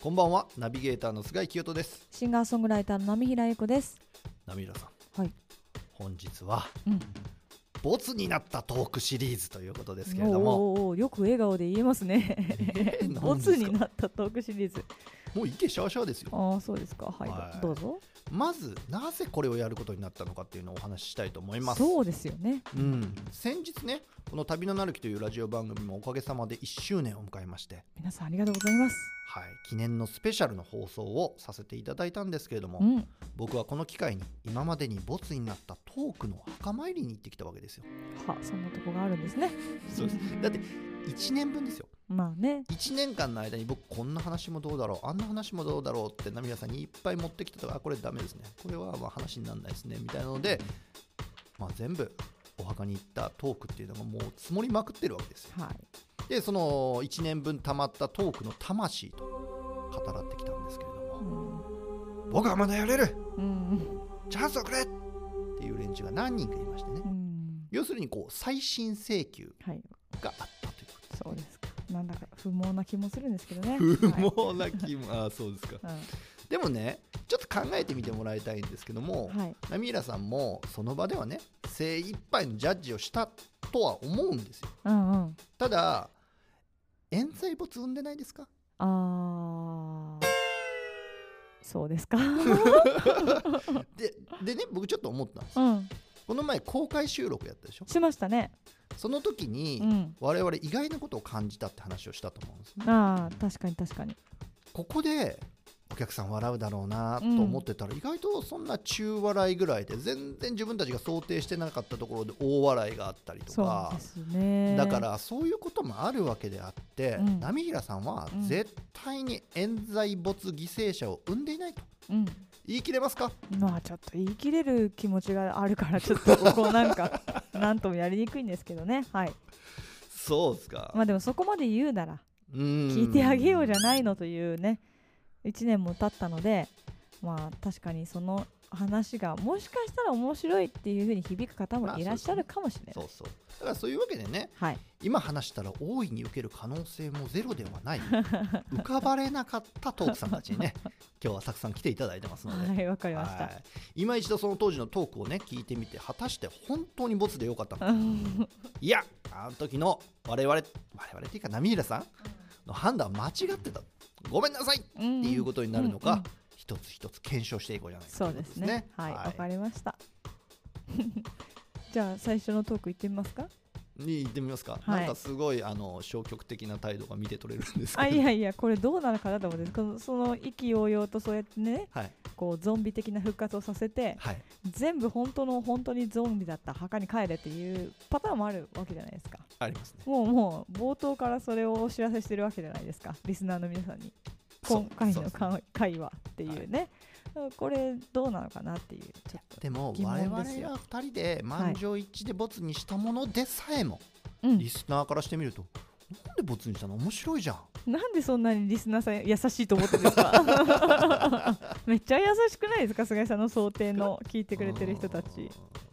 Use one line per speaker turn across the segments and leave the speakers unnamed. こんばんはナビゲーターの菅井清人です
シンガーソングライターの波平由子です。
波浦さん
はい。
本日は
うん。
ボツになったトークシリーズということですけれども
おーおーよく笑顔で言えますね。
え
ボツに
何ですか
なったトークシリーズ。
もういけしゃわしゃわですよ
ああ、そうですか。はい。
はい
どうぞ。
まずなぜこれをやることになったのかっていうのをお話ししたいと思います
そうですよね。
うん、先日ねこの「旅のなるき」というラジオ番組もおかげさまで1周年を迎えまして、
皆さんありがとうございます。
はい、記念のスペシャルの放送をさせていただいたんですけれども、
うん。
僕はこの機会に今までにボツになったトークの墓参りに行ってきたわけですよ。
は、そんなとこがあるんですね。
そうですだって1年分ですよ
まあね。
1年間の間に僕こんな話もどうだろうあんな話もどうだろうって涙さんにいっぱい持ってきてたからあこれダメですねこれはまあ話にならないですねみたいなので、まあ、全部お墓に行ったトークっていうのがもう積もりまくってるわけですよ
はい。
でその1年分溜まったトークの魂と語らってきたんですけれど
う
も
ん。
僕はまだやれる
うん。
チャンスをくれっていう連中が何人かいましてね
うん。
要するにこう再審請求
はい。
があったというこ
そうですか。なんだか不毛な気もするんですけどね。
と
はい
不毛な気 もあーそうですかでもねちょっと考えてみてもらいたいんですけども、
うん。はい。
波浦さんもその場ではね精一杯のジャッジをしたとは思うんですよ
うんうん。
ただ冤罪没生んでないですか
ああ。そうで すか。
ででね僕ちょっと思ったんです
うん。
この前公開収録やったでしょ
しましたね。
その時に、
うん。
我々意外なことを感じたって話をしたと思うんですね
ああ確かに確かに
ここでお客さん笑うだろうなと思ってたら、意外とそんな中笑いぐらいで全然自分たちが想定してなかったところで大笑いがあったりと
そう
か
ですね
だからそういうこともあるわけであって、
うん
波平さんは
うん
絶対に冤罪没犠牲者を生んでいないと
うん
言い切れますか
まあちょっと言い切れる気持ちがあるからちょっとここな んかなんともやりにくいんですけどねはい
そうですか
まあでもそこまで言うなら
聞
聞いてあげようじゃ
い
ないのというね1年も経ったのでまあ確かにその話がもしかしたら面白いっていうふうに響く方
まあ
もいらっしゃるかもしれな
そ
いう
そうだからそういうわけでね
はい
今話したら大いに受ける可能性もゼロでは ない浮かばれなかったトークさんたちにね今日はたくさん来ていただいてますので、
はいわかりまし
は
た
い今一度その当時のトークをね聞いてみて果たして本当にボツでよか ったのかいやあの時の我々我々っていうか波平さんの判断は間違ってたごめんなさいって
うん
いうことになるのか、
うんうん
一つ一つ検証していこうじゃないかとい
そ
うこ
で
と
すね。はい、わ、かりました。 じゃあ最初のトーク行ってみますか。
に行ってみますか、
はい
なんかすごいあの消極的な態度が見て取れるんですけど
あいやいやこれどうなのかなと思うんですこのその意気揚々とそうやってね
はい
こうゾンビ的な復活をさせて
はい
全部本当の本当にゾンビだった墓に帰れっていうパターンもあるわけじゃないですか
ありますね
もうもう冒頭からそれをお知らせしてるわけじゃないですかリスナーの皆さんに
そう
今回
そう
の
ですね
会会はっていうね、これどうなのかなっていうちょっと
でも
疑問
我
です
々
よ
が2人で満場一致でボツにしたものでさえも、
うん
リスナーからしてみるとなんでボツにしたの面白いじゃん
なんでそんなにリスナーさん優しいと思ってるんですか めっちゃ優しくないですか菅井さんの想定の聞いてくれてる人たち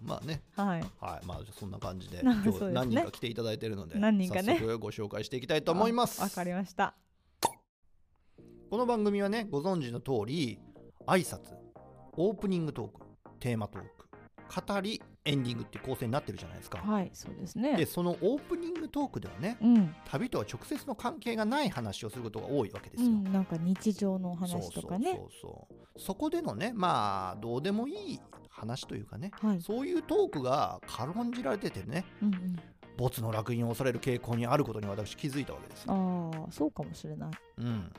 うんまあね
はい
はいまあじゃあそんな感じで
な
今
そうで
日
すね
何人か来ていただいてるので
何人かね
早速ご紹介していきたいと思います
あわかりました
この番組はねご存知の通り挨拶オープニングトークテーマトーク語りエンディングっていう構成になってるじゃないですか、
はいそうです
で
ね
そのオープニングトークではね
うん、
旅とは直接の関係がない話をすることが多いわけで
う
すよ、
ん、なんか日常のお話とかね
そうそうそうそうそこでのねまあどうでもいい話というかね
はい、
そういうトークが軽んじられててね
うん
ボツの烙印を恐れる傾向にあることに私気づいたわけですよ、
うん、ああそうかもしれない
うん、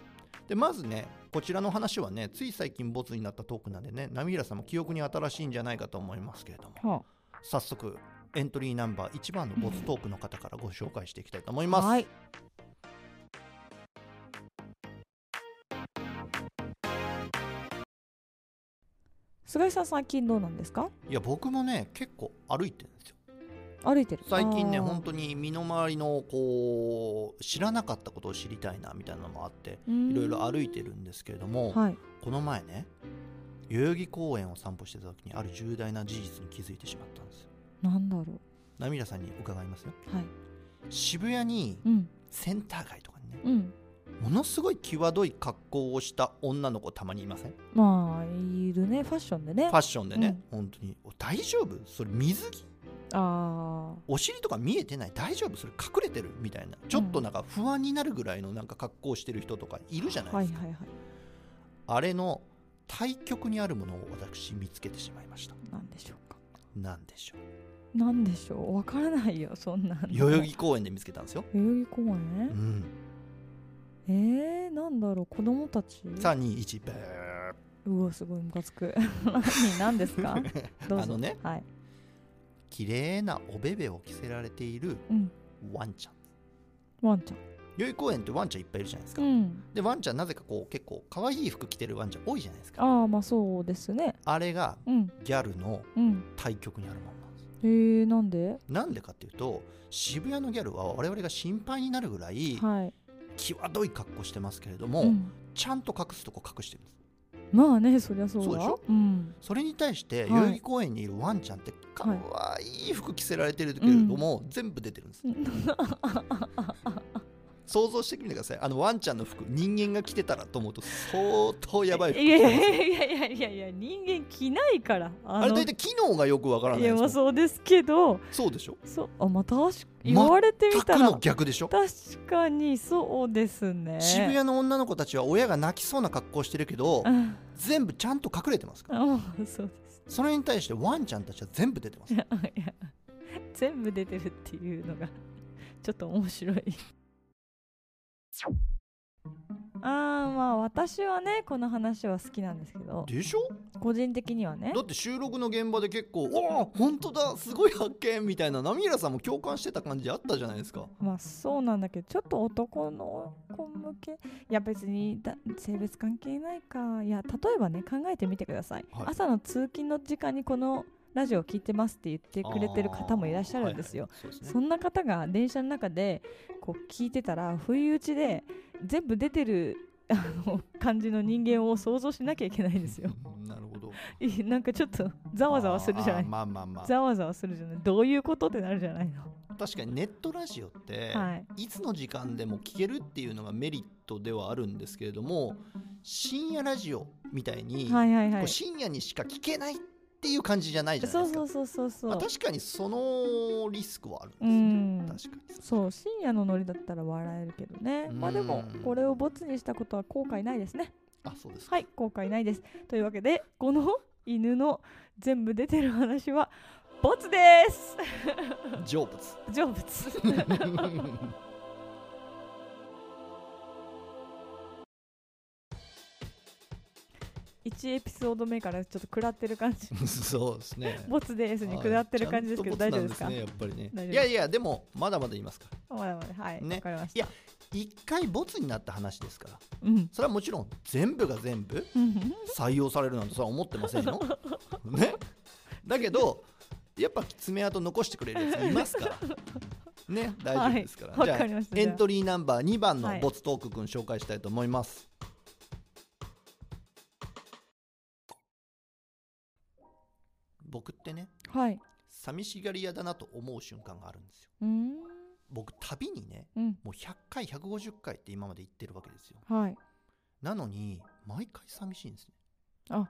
でまずねこちらの話はねつい最近ボツになったトークなんでね波平さんも記憶に新しいんじゃないかと思いますけれども
は
早速エントリーナンバー1番のボツトークの方からご紹介していきたいと思い
あ
ます、
はい菅井さん最近どうなんですか
いや僕もね結構歩いてるんですよ
歩いてる
最近ね
あー
本当に身の回りのこう知らなかったことを知りたいなみたいなのもあって
うん
いろいろ歩いてるんですけれども、
はい
この前ね代々木公園を散歩してた時にある重大な事実に気づいてしまったんですよ
なんだろ
波平さんに伺いますよ
うはい
渋谷に
うん
センター街とかにね
うん
ものすごい際どい格好をした女の子たまにいませんフ
まあいるねファッションでね
ァッションでね、本当にお大丈夫それ水着
あ
お尻とか見えてない大丈夫それ隠れてるみたいなちょっとなんか不安になるぐらいのなんか格好をしてる人とかいるじゃ
あ
ない
はい
で
は
す
い
か、
はい
あれの対極にあるものを私見つけてしまいました
なんでしょうか
なんでしょ
なんでしょうわからないよそんなの
う代々木公園で見つけたんですよ、
代々木公
う
園
ん、
えー、なんだろう子供たち
321ブー
うわすごいムカつく 何何です かどうぞ
あのね
はい
綺麗なおべべを着せられている
うん
ワンちゃん
ワンちゃん
代々木公園ってワンちゃんいっぱいいるじゃないですか、
うん
でワンちゃんなぜかこう結構可愛い服着てるワンちゃん多いじゃないですか
ああまあそうですね
あれが
うん
ギャルの
うん
対極にあるものなんです
えー、なんで
なんでかっていうと渋谷のギャルは我々が心配になるぐらい
はい、
際どい格好してますけれども、
うん、
ちゃんと隠すとこ隠してるんです
まあねそりゃそうだ
そうでしょ
うん
それに対して
い
代々木公園にいるワンちゃんって可
はい
愛い服着せられてるけれども、全部出てるんです 想像してみてくださいあのワンちゃんの服人間が着てたらと思うと相当やばい服
いやいやいやいやいやいや人間着ないからあ
あれ大体機能がよくわからないいで
や
す
ま
も
あ
んそ
そうですけど
うでしょ
そうあまたし
全
言
く
われてみた
格
ら
の
確
逆でしょ
かにそうですね
渋谷の女の子たちは親が泣きそうな格好してるけど
あ
全部ちゃんと隠れてますから
あそうです
それに対してワンちゃんたちは全部出てます
いやいや全部出てるっていうのがちょっと面白いあーまあ私はねこの話は好きなんですけど
でしょ
個人的にはね
だって収録の現場で結構「おお本当だすごい発見」みたいな浪平さんも共感してた感じあったじゃないですか
まあそうなんだけどちょっと男の子向けいや別にだ性別関係ないかいや例えばね考えてみてください、
はい
朝の通勤の時間にこのラジオを聞いてますって言ってくれてる方もいらっしゃるんですよ、
あーはいはいそうです
そ
ね
んな方が電車の中でこう聞いてたら不意打ちで全部出てる あの感じの人間を想像しなきゃいけないんで すよ
うんなるほど
いなんかちょっとざわざわするじゃな
あー
い
まあまあま
ざわざわするじゃないどういうことってなるじゃないの、
あ確かにネットラジオって、
はい
い、つの時間でも聞けるっていうのがメリットではあるんですけれども深夜ラジオみたいに、
はいはい
こ
は
う
い
深夜にしか聞けないっていう感じじゃないじゃない
そ
で
う
すか
そうそうそうそう
まあ確かにそのリスクはある
うんん
ですよ確かに
そう深夜のノリだったら笑えるけどねまあでも
うん
これをボツにしたことは後悔ないですね
あそうですか
はい後悔ないですというわけでこの犬の全部出てる話はボツです
成仏
成仏1エピソード目からちょっと食らってる感じ
そうですね
ボツですに食らってる感じですけど
はい
大
ちゃ
丈夫
んと
ですか
ボツなんですねやっぱり
大丈夫
ねいやいやでもまだまだ言いますから
まだまだはいわ、
ね
かりまし
いや一回ボツになった話ですから
たうん
それはもちろん全部が全部
うん
採用されるなんてそれは思ってませ んよねだけどやっぱ爪痕残してくれるやついますからね大丈夫ですから、
はい
じ
わかり
ゃ
まし
あ
た
エントリーナンバー2番
は
の
い
ボツトークくん紹介したいと思います、僕ってね
はい
寂しがり屋だなと思う瞬間があるんですよ
うーん
僕旅にね
うん
もう100回150回って今まで行ってるわけですよ
はい
なのに毎回寂しいんですね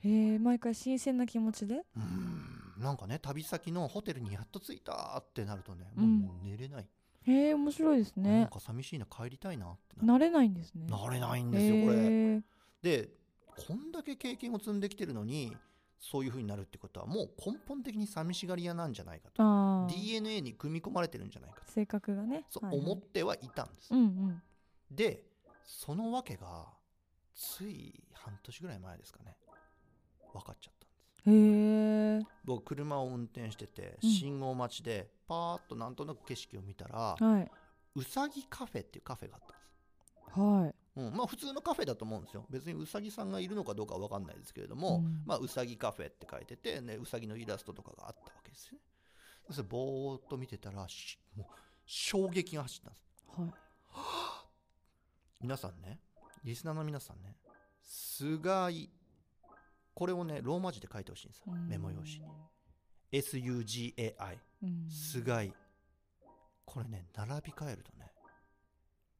へえ毎回新鮮な気持ちで
うーんなんかね旅先のホテルにやっと着いたってなるとね
う
もうんもう寝れない、
へえ面白いです
なん
ね
か寂しいな帰りたいなってなる
慣れないんですね
なれないん
ん
ですよこれ
へえ
でこんだけ経験を積んできてるのにそういう風になるってことはもう根本的に寂しがり屋なんじゃないかと
あー
DNA に組み込まれてるんじゃないかと
性格がね
そう
はいはい
思ってはいたんです
うんうん
でそのわけがつい半年ぐらい前ですかね分かっちゃったんです
へえ。
僕車を運転してて
うん
信号待ちでパーッとなんとなく景色を見たら、
はい。
うさぎカフェっていうカフェがあったんです
はい。
うん、まあ普通のカフェだと思うんですよ別にうさぎさんがいるのかどうかは分かんないですけれども、
うん
まあうさぎカフェって書いてて、ね、うさぎのイラストとかがあったわけですよねそれぼーっと見てたらしもう衝撃が走ったんです
はい。
皆さんね、リスナーの皆さんね、菅井、これをね、ローマ字で書いてほしいんですよ、メモ用紙に。SUGAI、
うん。
菅井。これね、並び替えるとね、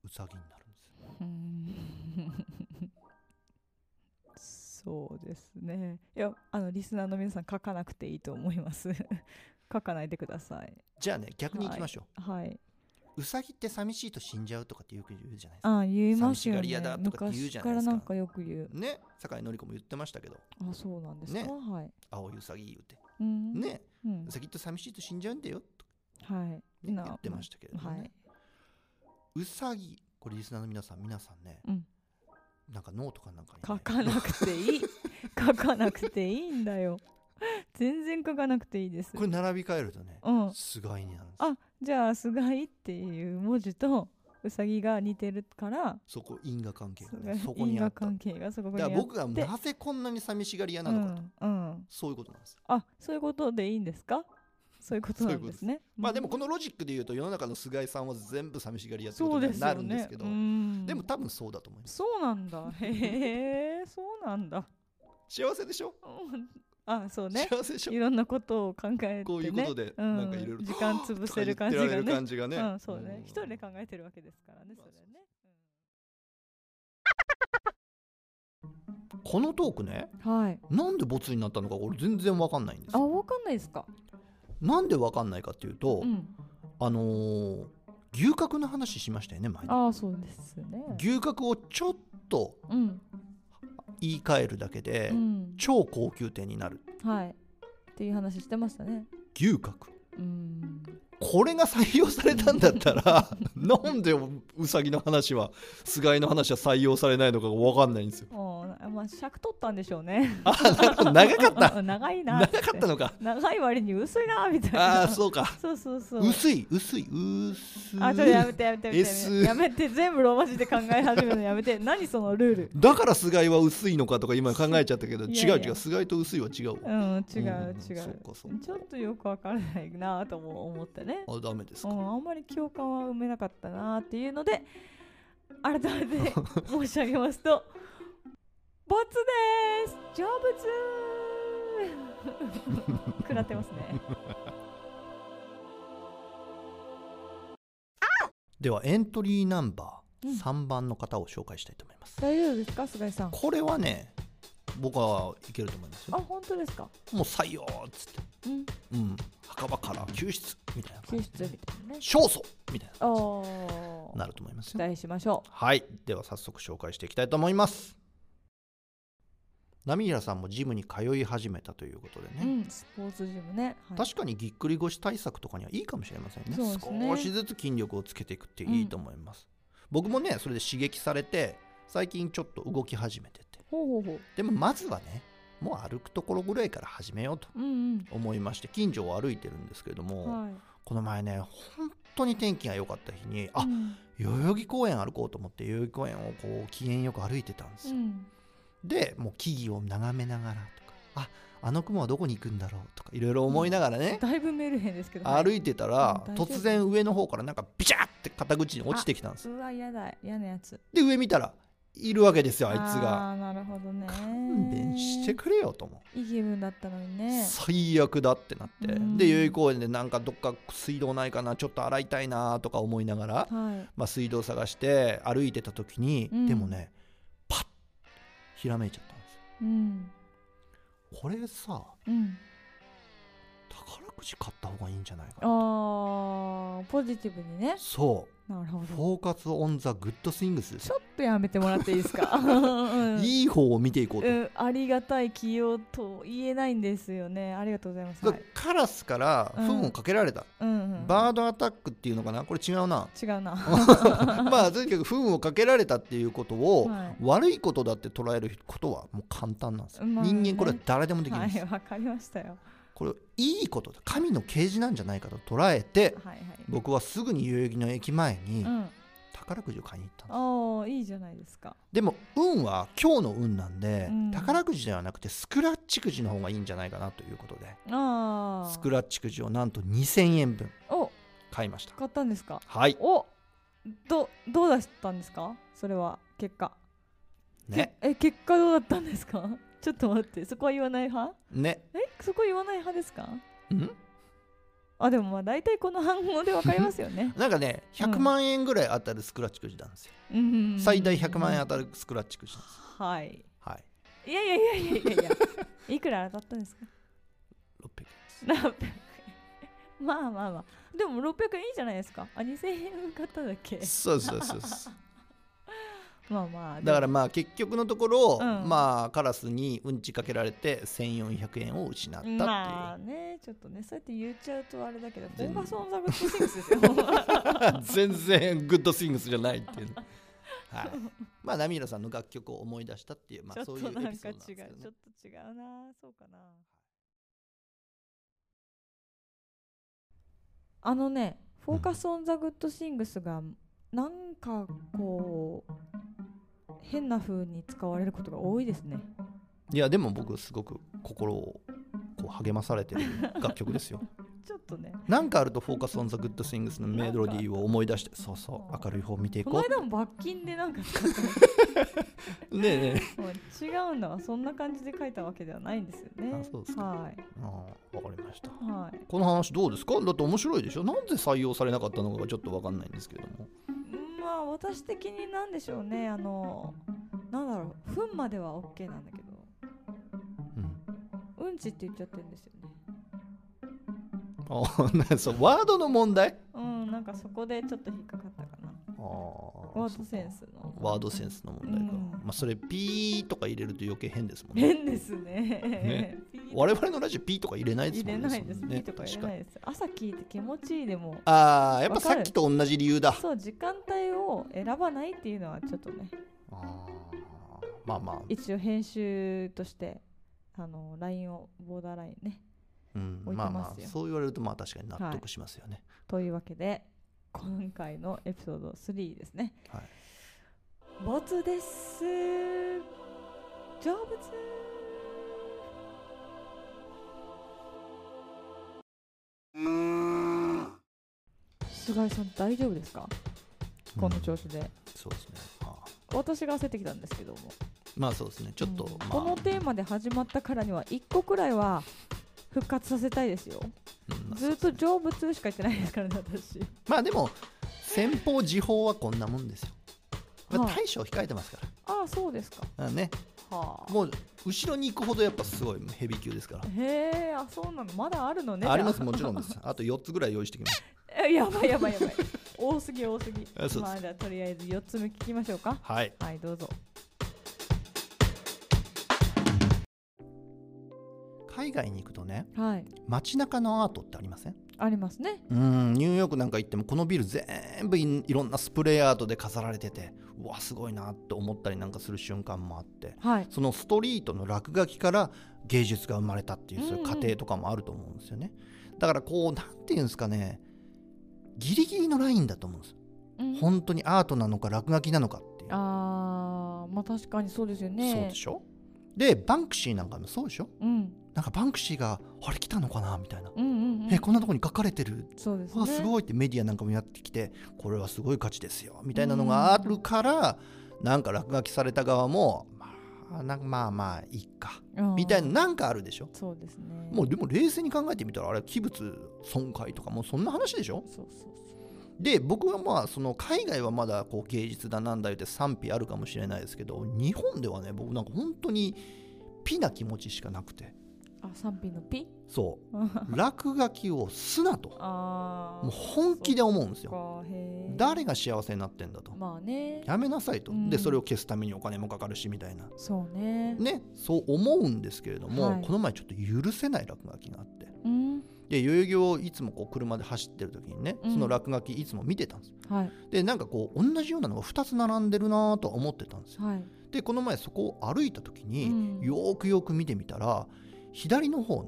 うさぎになるんですよ。
うんそうですねいやあのリスナーの皆さん書かなくていいと思います 書かないでください
じゃあね逆にいきましょ
はいう
うさぎって寂しいと死んじゃうとかってよく言うじゃないですか
ああ言いますよ
寂しがり
ね
屋だとかって言う
昔
じゃ
か
ないで
ら
すか
なんかよく言う
ね酒井紀子も言ってましたけど
あそうなんですか、
ね
はい
青いうさぎ言うて
うん
ね
うん
うさぎって寂しいと死んじゃうんだよと
はい
ね言ってましたたけれども
は
ね
い、
うさぎこれリスナーの皆さん皆さんね、
うん
なんかノートかなんかにね、
書かなくていい 書かなくていいんだよ全然書かなくていいです
これ並び替えるとね
うん
すがいになるんです
あじゃあ「すがい」っていう文字とうさぎが似てるから
そこ因果関係が
すがい
ねそこ
因
にあっ
果
ただ
関係がそこに
から
あって
僕がなぜこんなに寂しがり屋なのかと、
うんうん、
そういうことなんです
あそういうことでいいんですかそういうことなんですね
まあでも
うん
このロジックで言うと世の中の菅井さんは全部寂しがり屋ってこ
そ
と
うで
に
す
な
よ
るんです
ね
けど
うん
でも多分そうだと思います
そうなんだへえそうなんだ
幸せでしょ、
うんあそうね
幸せでしょ
いろんなことを考えて、ね、
こういうことでなんかいろいろ
うん、時間潰せる感じ
言
が
ってられる
ね
感じがね、
うん、そうね、
ん
一人で考えてるわけですからね、そ
まあ
れね。
このトークね
はい。
なんでボツになったのか俺全然わかんないんです
あ、
よ
わかんないですか。
なんでわかんないかっていうと、
うん。
あのー牛角の話しましたよね前に
あ、そうですね。
牛角をちょっと
うん。
言い換えるだけで、
うん。
超高級店になる
はい。っていう話してましたね。
牛角
うん。
これが採用されたんだった らなんでうさぎの話は菅井の話は採用されないのかがわかんないん ですよ
もう、まあ、尺取ったんでしょうね。
あな長かった
た。長いな
長
っつて。
かったのか
長い割に薄いなみたいな。
ああそうか
そうそうそう。
薄い薄い薄い
あ、ちょっとやめてやめてやめて
S
やめて全部ローマ字で考え始めるのやめて何そのルール
だから菅井は薄いのかとか今考えちゃったけど
いやいや
違う違う菅井と薄いは違うわ
うん違
う
うん違
そっ
う
かそっか
ちょっとよくわからないなとも思ってね
あダメです
う
か、
ん、あんまり共感は埋めなかったなっていうので改め て申し上げますと「ボツです成仏! 」 食らってますね
ではエントリーナンバ
うん
ー3番の方を紹介したいと思います、
大丈夫ですか菅井さん
これはね僕はいけると思います
あ
よ
本当ですか
もう採用っつって
うん
うん墓場から救出みたいな感
救
じ
出みたいなね
勝訴みたいな
あ
感じ
ー
になると思います
期
よ
待しましょ
はいでは早速紹介していきたいと思います浪平さんもジムに通い始めたということで
う、
ね、
うん、スポーツジムね、はい
確かにぎっくり腰対策とかにはいいかもしれませんね
そうですね
少しずつ筋力をつけていくっていいと思います、僕もねそれで刺激されて最近ちょっと動き始めてて
ほうほうほう
でもまずはねもう歩くところぐらいから始めようと
うん
思いまして近所を歩いてるんですけれど
う
も、
んはい
この前ね本当に天気が良かった日にあ、
うん
代々木公園歩こうと思って代々木公園をこう機嫌よく歩いてたんです
う
よ、
ん
でもう木々を眺めながらとかああの雲はどこに行くんだろうとかいろいろ思いながらね、
だいぶメルヘンですけどはい
歩いてたら
うん大丈夫
突然上の方からなんかビシャーって肩口に落ちてきたんです
うわ嫌だ嫌なやつ
で上見たらいるわけですよあいつが
あーなるほどね
勘弁してくれよと思う
いい気分だったのにね
最悪だってなって、
うん
で代々木公園でなんかどっか水道ないかなちょっと洗いたいなとか思いながら、
は
まあ、水道探して歩いてた時に、
うん
でもねパッひらめいちゃったんで
いうん
すよこれさ
うん
宝くじ買った方がいいんじゃないかな
あーポジティブにね
そ
なるほ
う「
ど
フォーカス・オン・ザ・グッド・スイングス」です
ち
よ
ょっとやめてもらっていいで すかうん
いい方を見ていこうと、
うんありがたい起用と言えないんですよねありがとうございます、
だ
は
から
い
カラスから
うん
フンをかけられた、
うんうん、
バードアタックっていうのかなこれ違うな
違うな、
まあとにかくフンをかけられたっていうことを、
は
悪いことだって捉えることはもう簡単なんですよ、
まあね
人間これは誰でも
い、
できるん
は
です、
い、わかりましたよ
これをいいことだ神の啓示なんじゃないかと捉えて
はいはい
僕はすぐに代々木の駅前に
うん
宝くじを買いに行ったんです
ああいいじゃないですか
でも運は今日の運なんで、
うん
宝くじではなくてスクラッチくじの方がいいんじゃないかなということで
あ
スク
あ
ラッチくじをなんと2000円分
お
買いました
買ったんですか
はい
おどどうだったんですかそれは結果
ね
けえ結果どうだったんですか ちょっと待ってそこは言わない派
ね
えそこ言わない派ですか
うん。
あでもまあ大体この反応でわかりますよ ね
なんかね100万円ぐらい当たるスクラッチくじなんですよ、
うん
最大100万円当たるスクラッチくじなんですよ
はい。
はい
いやいやいやいやいや いや。いくら当たったんですか。
600
ラーペンまあまあまあ。でも600円いいじゃないですか。あ2000円買っただけ
円。そうですそうですそうです
まあまあ。
だから
でも
まあ結局のところ、
うん
まあカラスにうんちかけられて1400円を失ったっていう、
まあねちょっとねそうやって言っちゃうとあれだけどフォ
全
ー
然
カス・オン・ザ・グッド・シングスですよ
全然グッドスイングスじゃないっていうね、はい、まあ波平さんの楽曲を思い出したっていう、ま
ちょ
あ、
っと
そういうエピソード
な
なん
ん
です
か
け
違う
ど、
ちょ
ね
っ、と違うなそうかなあのね「フォーカス・オン・ザ・グッド・シングス」がなんかこう変な風に使われることが多いですね
いやでも僕すごく心をこう励まされてる楽曲ですよ
ちょっとね
なんかあると「フォーカス・オン・ザ・グッド・スイングス」のメロディーを思い出してそうそう明るい方見てい
こ
こ
の
う
間も罰金でなんか使ってまし
ねえね
たもう違うんだわそんな感じで書いたわけではないんですよね
あそうですか
はい
えああわかりました
はい
この話どうですかだって面白いでしょなんで採用されなかったのかがちょっとわかんないんですけれども
まあ私的になんでしょうねあのなんだろう糞までは OK なんだけど
うん
うんちって言っちゃってるんですよね
あ なそうワードの問題
うんなんかそこでちょっと引っかかったかな
あ
ワ
ワ
ードセンスの
ワードセンスの問題か、
うん
まあそれピーとか入れると余計変ですもんね
変ですね
ね
ピ ー
我々のラジオピーとか入れないです
入
もんね
れないです
そん
ピ
な
ー
ね
とか入
確
れ
か
ない
に
です朝聞いて気持ちいいでも
ああやっぱ
わか
さ
る
っきと同じ理由だ
そう時間帯を選ばないっていうのはちょっとね
あーまあまあ、
一応編集としてあのラインをボーダーラインね
うん、
置いて
まあ
ま
ますあ
よ
そう言われるとまあ確かに納
は
得しますよね、
というわけで今回のエピソード3ですね
はい
ボツです成仏菅井さん大丈夫ですかこの調
子
子で、
そうですねあー
私が焦ってきたんですけども
まあそうですねちょっと、
うん
まあ
このテーマで始まったからには1個くらいは復活させたいですよ
うんまあ
ずっと成仏しか言ってないですからね私
まあでも先方時報はこんなもんですよ、まあ、
はい
大将控えてますから、
ああそうですか
うんね、
はあ
もう後ろに行くほどやっぱすごいヘビー級ですから、
へえあそうなのまだあるのね
あります
じゃ
もちろん ですあと4つぐらい用意してきます
えやばいやばいやばい多すぎ多すぎ
あそうです
まあじゃあとりあえず4つ目聞きましょうか
はい
はいどうぞ
海外に行くとね
はい
街中のアートってありません
ありますね
うんニューヨークなんか行ってもこのビル全部いいろんなスプレーアートで飾られててうわすごいなって思ったりなんかする瞬間もあって
はい
そのストリートの落書きから芸術が生まれたっていうそういう過
うんう
程とかもあると思うんですよね、だからこうなんていうんですかねギリギリのラインだと思うんです
うん
本当にアートなのか落書きなのかっていう
あーまあ確かにそうですよね
そうでしょでバンクシーなんかもそうでしょ
うん、
なんかバンクシーがあれ来たのかなみたいな、
うんうんうん
えこんなとこに書かれてる
そうです
わ
ね
あす
い
ごいってメディアなんかもやってきてこれはすごい価値ですよみたいなのがあるからなんか落書きされた側もまあなんかまあまあいいかみたいななんかあるでしょ
そうですね
もうでも冷静に考えてみたらあれ器物損壊とかもうそんな話でしょ
そうそうそう
で僕はまあその海外はまだこう芸術だなんだ言って賛否あるかもしれないですけど日本ではね僕なんか本当にピな気持ちしかなくて
あ賛否のピ
そう
あ
落書きをすなと
あ
もう本気で思うんですよ
かへえ
誰が幸せになってんだと
まあね
やめなさいと、
うん
でそれを消すためにお金もかかるしみたいな
そうね
ねそう思うんですけれども、
はい
この前ちょっと許せない落書きがあって
うん
で代々木をいつもこう車で走ってる時にね
うん
その落書きいつも見てたんです、
はい
でなんかこう同じようなのが2つ並んでるなとは思ってたんですよ
はい
でこの前そこを歩いた時に、
うん
よーくよく見てみたら左の方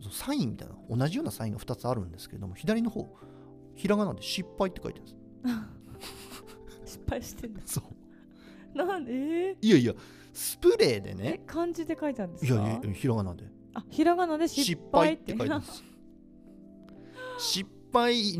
そうサインみたいな同じようなサインが2つあるんですけれども左の方ひらがなで失敗って書いてるんで
失敗してんだ
すそう
なんでえー
いやいやスプレーで
え
ね
漢字で書いたんです
い
か
やいやひらがなで
あひらがなで失
失敗
敗
っ
ってて
書いてます 失敗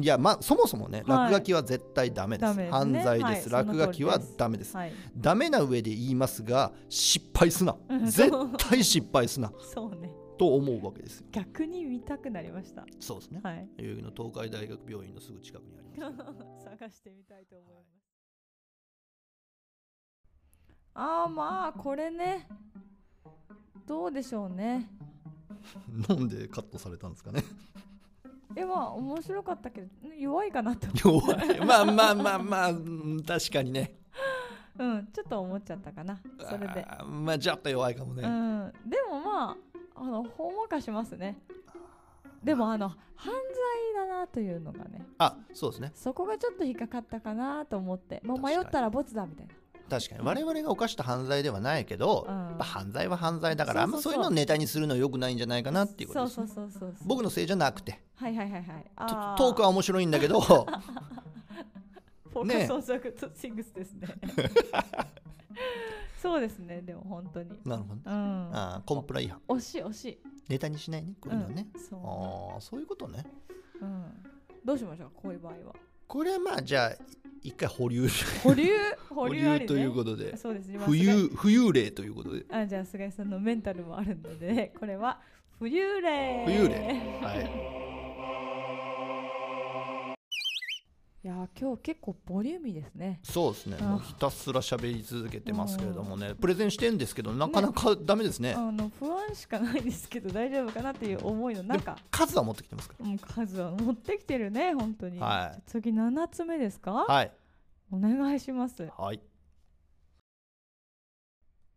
いやまあそもそもね
はい
落書きは絶対ダメです,、
ダメですね
犯罪です、
はいその
落
通り
書きは
です
ダメです
はい
ダメな上で言いますが失敗すな
うん
絶対失敗すな
そうね
と思うわけですよ。
逆に見たくなりました。
そうですね。
はい。
代々木の東海大学病院のすぐ近くにあります。
探してみたいと思います。ああまあこれねどうでしょうね。
なんでカットされたんですかね
えまあ面白かったけどん弱いかなと
弱いまあまあまあまあうん確かにね
うんちょっと思っちゃったかなそれで。
あーまあちょっと弱いかもね、
うんでもまああのほんわかしますね。でもあの犯罪だなというのがね
あそうですね
そこがちょっと引っかかったかなと思ってもう
確か
迷
に
ったらボツだみたいな。
確かに我々が犯した犯罪ではないけど、
うん
やっぱ犯罪は犯罪だからあんま
そ
そうう
そうそ
いう
う
のをネタにするのはよくないんじゃないかなっていうこと
そう
です
そうそうそうそう。
僕のせいじゃなくて
はいはいはいはい。
ト
あ
トークは面白いんだ けど
フォー
ね
カ
え
ス・オン・ザ・グッド・シングスで すね。そうですね、でも本当に。
なるほどね
うん。
あーコンプラ違反
惜しい惜しい。
ネタにしないねこういうのはね、
うん、そうなの
ああそういうことね
うん。どうしましょう、こういう場合は。
これはまあじゃあ一回保留
保留、保留あり、ね、
ということで
そうですね。まあ
浮遊浮遊霊ということで
菅井あ、じゃあ、菅井さんのメンタルもあるので、 ね、これは、浮遊霊。
浮遊霊。はい
いやー、今日結構ボリューミーですね。
そうですね
あ
もうひたすら喋り続けてますけれどもねプレゼンしてんですけどなかなかダメですね
あの、不安しかないですけど、大丈夫かなっていう思いの中。
数は持ってきてますか
うん、数は持ってきてるね、本当に。
はい
じゃあ次、七つ目ですか。
らはい
お願いします
はい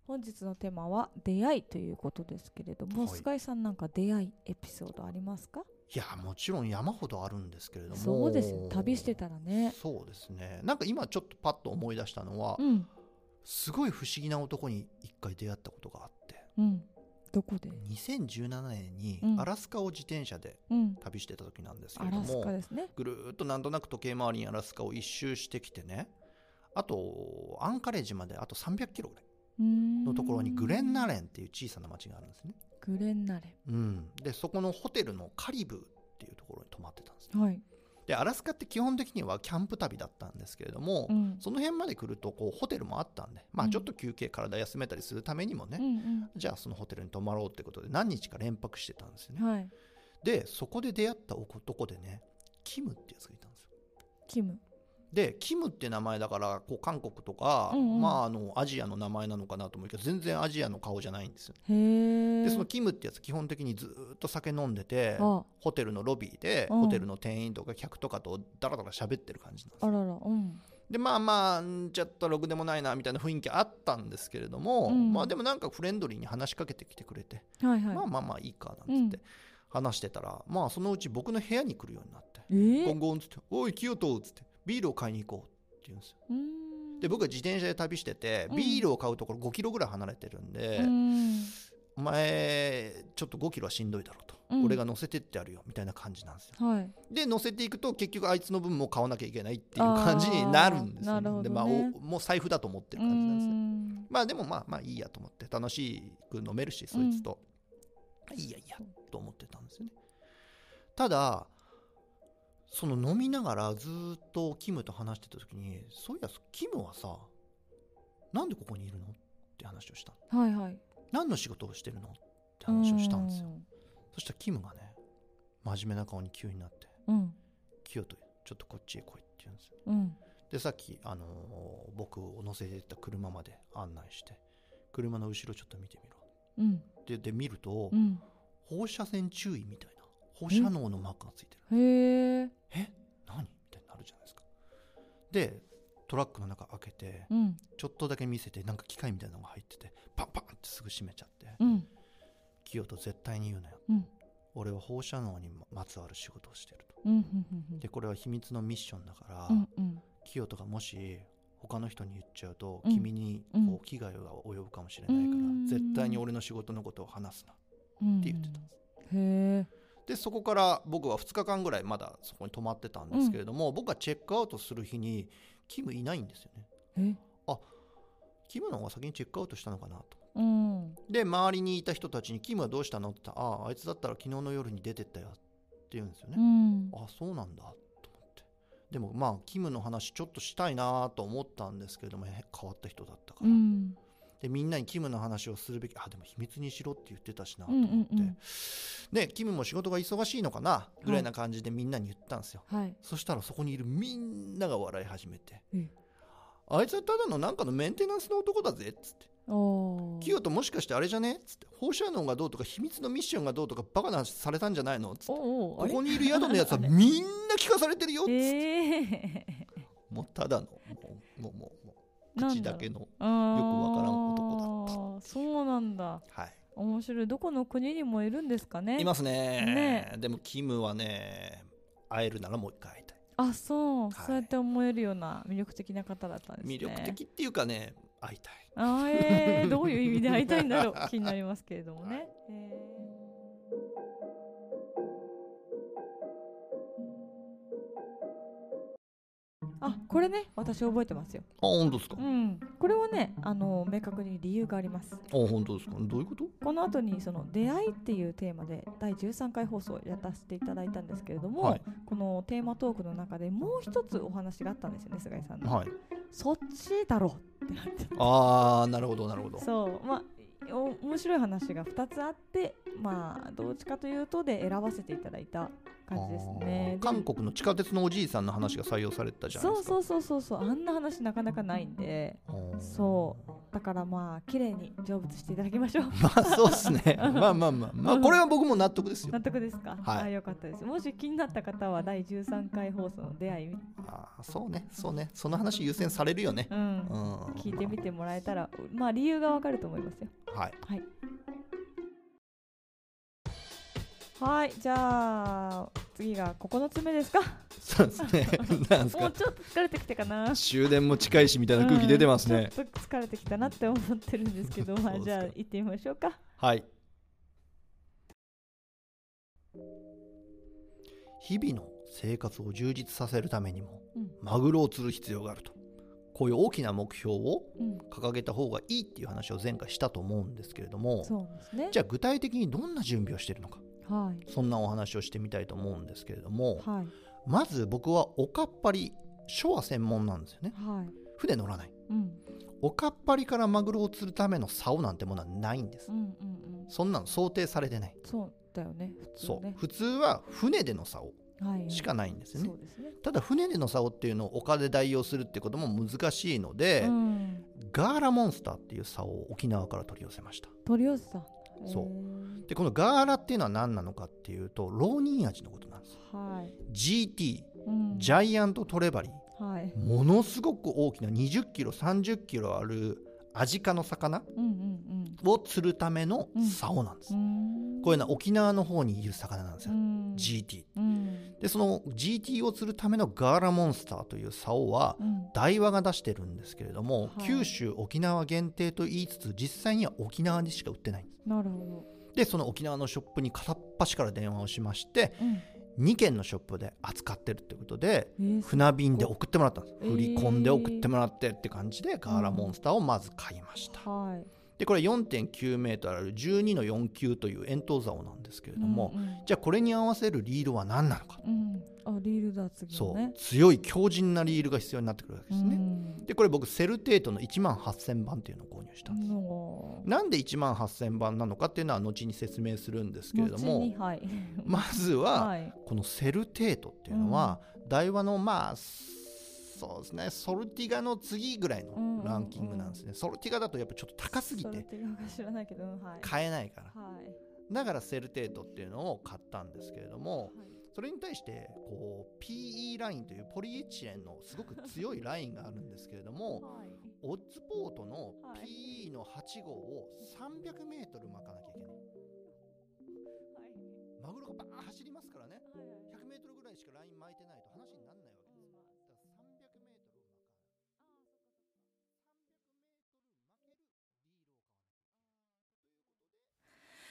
本日のテーマは出会いということですけれども、
はい
菅井さんなんか出会いエピソードありますか
いやもちろん山ほどあるんですけれども
そうですよ旅してたらね
そうですねなんか今ちょっとパッと思い出したのは
うん
すごい不思議な男に一回出会ったことがあって
うんどこで
2017年に
うん
アラスカを自転車で
うん
旅してた時なんですけ
ア
れど
ラス
も、
カですね
ぐるーっとなんとなく時計回りにアラスカを一周してきてねあとアンカレッジまであと300キロぐらいう
ーん
のところにグレンナレンっていう小さな町があるんですね、
グレンナレ
うん、でそこのホテルのカリブーっていうところに泊まってたんですね
ンはい、
でアラスカって基本的にはキャンプ旅だったんですけれども、
うん、
その辺まで来るとこうホテルもあったんで、ま
う
あ、
ん
ちょっと休憩体休めたりするためにもね、
うんうん
じゃあそのホテルに泊まろうってことで何日か連泊してたんですよね、
はい
でそこで出会った男でねキムってやつがいたんですよ
キム
でキムって名前だからこう韓国とか、
うんうん
まあ、あのアジアの名前なのかなと思うけど全然アジアの顔じゃないんですよ、
へえ
でそのキムってやつ基本的にずーっと酒飲んでて
あ
ホテルのロビーで
うん
ホテルの店員とか客とかとダラダラ喋ってる感じなんです
あ
よ
ららうん
でまあまあんちょっとろくでもないなみたいな雰囲気あったんですけれども、
うん
まあでもなんかフレンドリーに話しかけてきてくれて、
はいはい、
まあまあまあいいかなんつって話してたら、まあそのうち僕の部屋に来るようになって
え
ゴ
ー
ンゴンつって「おい清人」つってビールを買いに行こうって言うんですよ
うーん
で僕は自転車で旅してて
うん
ビールを買うところ5キロぐらい離れてるんで、
うん
お前ちょっと5キロはしんどいだろうと、
うん
俺が乗せてってやるよみたいな感じなんですよ
はい
で乗せていくと結局あいつの分も買わなきゃいけないっていう感じになるんですよ
あーなるほど
で
ね
まあ、おもう財布だと思って
う
る感じなんですね
ん
まあでもまあまあいいやと思って楽しく飲めるしそいつと、いいやいいやと思ってたんですよねただその飲みながらずーっとキムと話してた時にそういやキムはさなんでここにいるのって話をしたの
はいはい
何の仕事をしてるのって話をしたんですよ
よ
そしたらキムがね真面目な顔に急になって
うん
「キヨとちょっとこっちへ来い」って言うんですよ
うん
でさっき、あのー僕を乗せてった車まで案内して車の後ろちょっと見てみろ
うん
でで見ると、
うん
放射線注意みたいな放射能のマークがついてる
へえ
え何みたいになるじゃないですかでトラックの中開けて
うん
ちょっとだけ見せてなんか機械みたいなのが入っててパンパンってすぐ閉めちゃって
うん
「清と絶対に言うなよ
うん
俺は放射能にままつわる仕事をしてる」と
うんうんうん
でこれは秘密のミッションだから、
うんうん
清とがもし他の人に言っちゃうと、
うん
君に
うん
こう危害が及ぶかもしれないから、
うん
絶対に俺の仕事のことを話すな
うん
って言ってたんです
へえ
でそこから僕は2日間ぐらいまだそこに泊まってたんですけれども、僕がチェックアウトする日にキムいないんですよね
え
キムの方が先にチェックアウトしたのかなと
うん
で周りにいた人たちに「キムはどうしたの?」って言ったら「あああいつだったら昨日の夜に出てったよ」って言うんですよ
う
ね、
ん
あそうなんだと思ってでもまあキムの話ちょっとしたいなと思ったんですけれどもへ変わった人だったか
う
ら、
ん
でみんなにキムの話をするべきあでも秘密にしろって言ってたしなと
うんう
思
ん
って、
うん
でキムも仕事が忙しいのかなぐらいな感じでみんなに言ったんですよ、
はい
そしたらそこにいるみんなが笑い始めて
え
「あいつはただのなんかのメンテナンスの男だぜ」っつって
お
「
ー
キヨともしかしてあれじゃね?」っつって「放射能がどうとか秘密のミッションがどうとかバカな話されたんじゃないの?」っつって
おうおう
こ
あれ
こにいる宿のやつ はみんな聞かされてるよっつって、
え
もうただのもうもうもうもう
ー、なん
口
だ
だ
ろう
けの
よ
よくわからん男
だったそうなんだ
はい
面白いどこの国にもいるんですかね
いますね
ね
でもキムはね会えるならもう一回会いたい
あそう、
い
そうやって思えるような魅力的な方だったんですね
魅力的っていうかね会いたい
あーえ ー、どういう意味で会いたいんだろう気になりますけれどもね、
はい
えーあこれね私覚えてますよ、
あ本当ですか、あ
うん、これはねあの明確に理由があります
本当ですかどういうこと
この後にその出会いっていうテーマで第13回放送をやらせていただいたんですけれども、
はい
このテーマトークの中でもう一つお話があったんですよね菅井さんの、
はい
そっちだろうってなって
ああなるほどなるほど
そうまあお面白い話が2つあってまあどっちかというとで選ばせていただいた感じですね
あ
で
ー韓国の地下鉄のおじいさんの話が採用されてたじゃない
そ
で
う
すか
そうそうそうそうあんな話なかなかないんで
あー
そだからまあ綺麗に成仏していただきましょう
まあそうです ねまあまあまあまあこれは僕も納得ですよ
納得ですか、
はい
あよかったですもし気になった方は第13回放送の出会い、
あーそうねそうねその話優先されるよね
うん
うん
聞いてみてもらえたらまあ理由がわかると思いますよ
はい
はい。はい、じゃあ次が9つ目ですか。
そうですねなんです
も
か
うちょっと疲れてきたかな。
終電も近いしみたいな空気出てます
うん
ね、
ちょっと疲れてきたなって思ってるんですけど、まあ
そう
じ
です
ゃ
か
あ行ってみましょうか。
はい日々の生活を充実させるためにも、
うん
マグロを釣る必要があるとこういう大きな目標を
うん、
掲げた方がいいっていう話を前回したと思うんですけれども
そうですね。
じゃあ具体的にどんな準備をしているのか
はい
そんなお話をしてみたいと思うんですけれども、
はい
まず僕はおかっぱり書は専門なんですよね
はい。
船乗らない
うん
おかっぱりからマグロを釣るための竿なんてものはないんです
うんうんうん。
そんなの想定されてない
そうだよね。普通
そう、
ね。
普通は船での竿
はいはい。
しかないんですよね
そうですね。
ただ船での竿っていうのを丘で代用するってことも難しいので、
うん。
ガーラモンスターっていう竿を沖縄から取り寄せました
取り寄せた。
そう
う。
でこのガーラっていうのは何なのかっていうと浪人味のことなんです
はい。
GT
うん
ジャイアントトレバリー
はい。
ものすごく大きな2 0キロ3 0キロあるアジ科の魚
うんうん
を釣るための
うん
竿なんです、
うん。
こういうのは沖縄の方にいる魚なんですよ、
ん。
GT
うん。
でその GT を釣るためのガーラモンスターという竿は
うん
台湾が出してるんですけれども、
はい
九州沖縄限定と言いつつ実際には沖縄にしか売ってないんです
なるほ
でその沖縄のショップに片っ端から電話をしまして
ど。うん
2軒のショップで扱ってるってことで
えー
船便で送ってもらったんです
えー
振り込んで送ってもらってって感じでガーラモンスターをまず買いました、
はい。
でこれ4.9メートルある12の4級という円筒竿なんですけれども、
うん
じゃあこれに合わせるリールは何なのか、
うん、うんあリールだ次
そ
の
う、
ね。
強い強靭なリールが必要になってくるわけですね、
ん
でこれ僕セルテートの1万8000番っていうのを購入したんです、
の
なんで1万8000番なのかっていうのは後に説明するんですけれど
後
も
にはい。
まずは、
はい。
このセルテートっていうのは、台湾のまあそうですねソルティガの次ぐらいのランキングなんですね、ソルティガだとやっぱちょっと高すぎ
それっててなんか知らないけど、うんはい。
買えないから
はい。
だからセルテートっていうのを買ったんですけれどもそれに対してこう PE ラインというポリエチレンのすごく強いラインがあるんですけれども
はい。
オッズポートの
はい
PE の8号を300メートル巻かなきゃいけないマグロがバーン走りますからね100メートルぐらいしかライン巻いてないと話にならないわけです。だから300メートルを巻かない。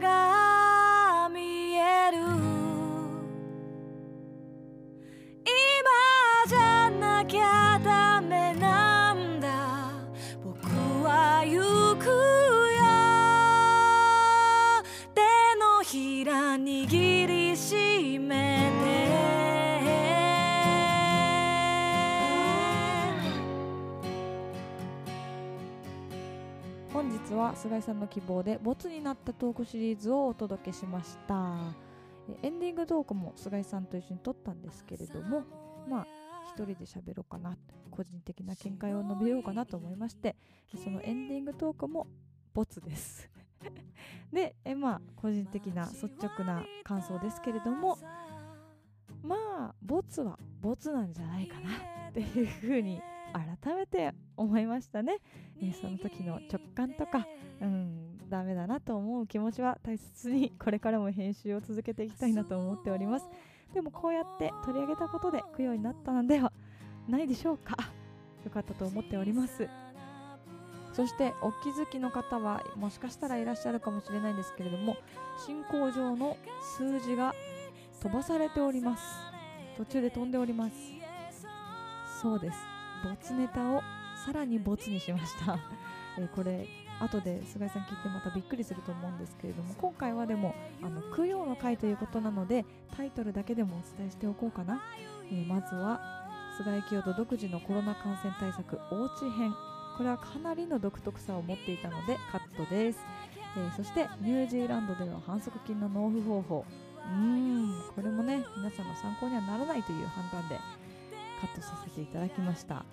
が見える今じゃなきゃダメなんだ僕は行くよで握りしめて
本日は菅井さんの希望でボツになったトークシリーズをお届けしましたえエンディングトークも菅井さんと一緒に撮ったんですけれどもまあ一人で喋ろうかな個人的な見解を述べようかなと思いましてそのエンディングトークもボツです でえまあ個人的な率直な感想ですけれどもまあボツはボツなんじゃないかなっていうふうに改めて思いましたねえーその時の直感とか、うん、ダメだなと思う気持ちは大切にこれからも編集を続けていきたいなと思っておりますでもこうやって取り上げたことで供養になったのではないでしょうかよかったと思っておりますそしてお気づきの方はもしかしたらいらっしゃるかもしれないんですけれども進行上の数字が飛ばされております途中で飛んでおりますそうですボツネタをさらにボツにしました、 えーこれ後で菅井さん聞いてまたびっくりすると思うんですけれども今回はでもあの供養の会ということなのでタイトルだけでもお伝えしておこうかな、えーまずは菅井清人独自のコロナ感染対策おうち編これはかなりの独特さを持っていたのでカットです、えーそしてニュージーランドでの反則金の納付方法うーんこれもね皆さんの参考にはならないという判断でカットさせていただきました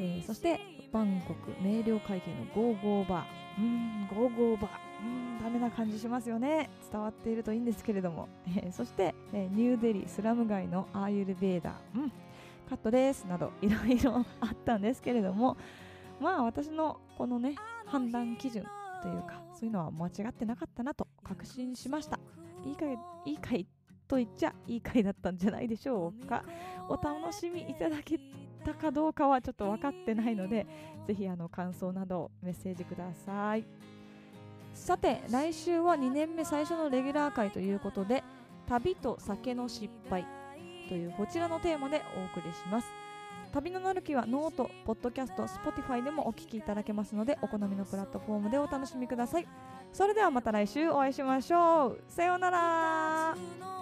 えーそしてバンコク明瞭会計のゴーゴーバーうーんゴーゴーバーうーんダメな感じしますよね伝わっているといいんですけれども、えーそして、えーニューデリースラム街のアーユルベーダー、うん、カットですなどいろいろあったんですけれどもまあ私のこのね判断基準というかそういうのは間違ってなかったなと確信しましたいい回いい回と言っちゃいい回だったんじゃないでしょうかお楽しみいただけったかどうかはちょっと分かってないのでぜひあの感想などメッセージくださいさて来週は2年目最初のレギュラー会ということで旅と酒の失敗というこちらのテーマでお送りします旅のなる木はノート、ポッドキャスト、Spotify でもお聞きいただけますのでお好みのプラットフォームでお楽しみくださいそれではまた来週お会いしましょうさようなら
「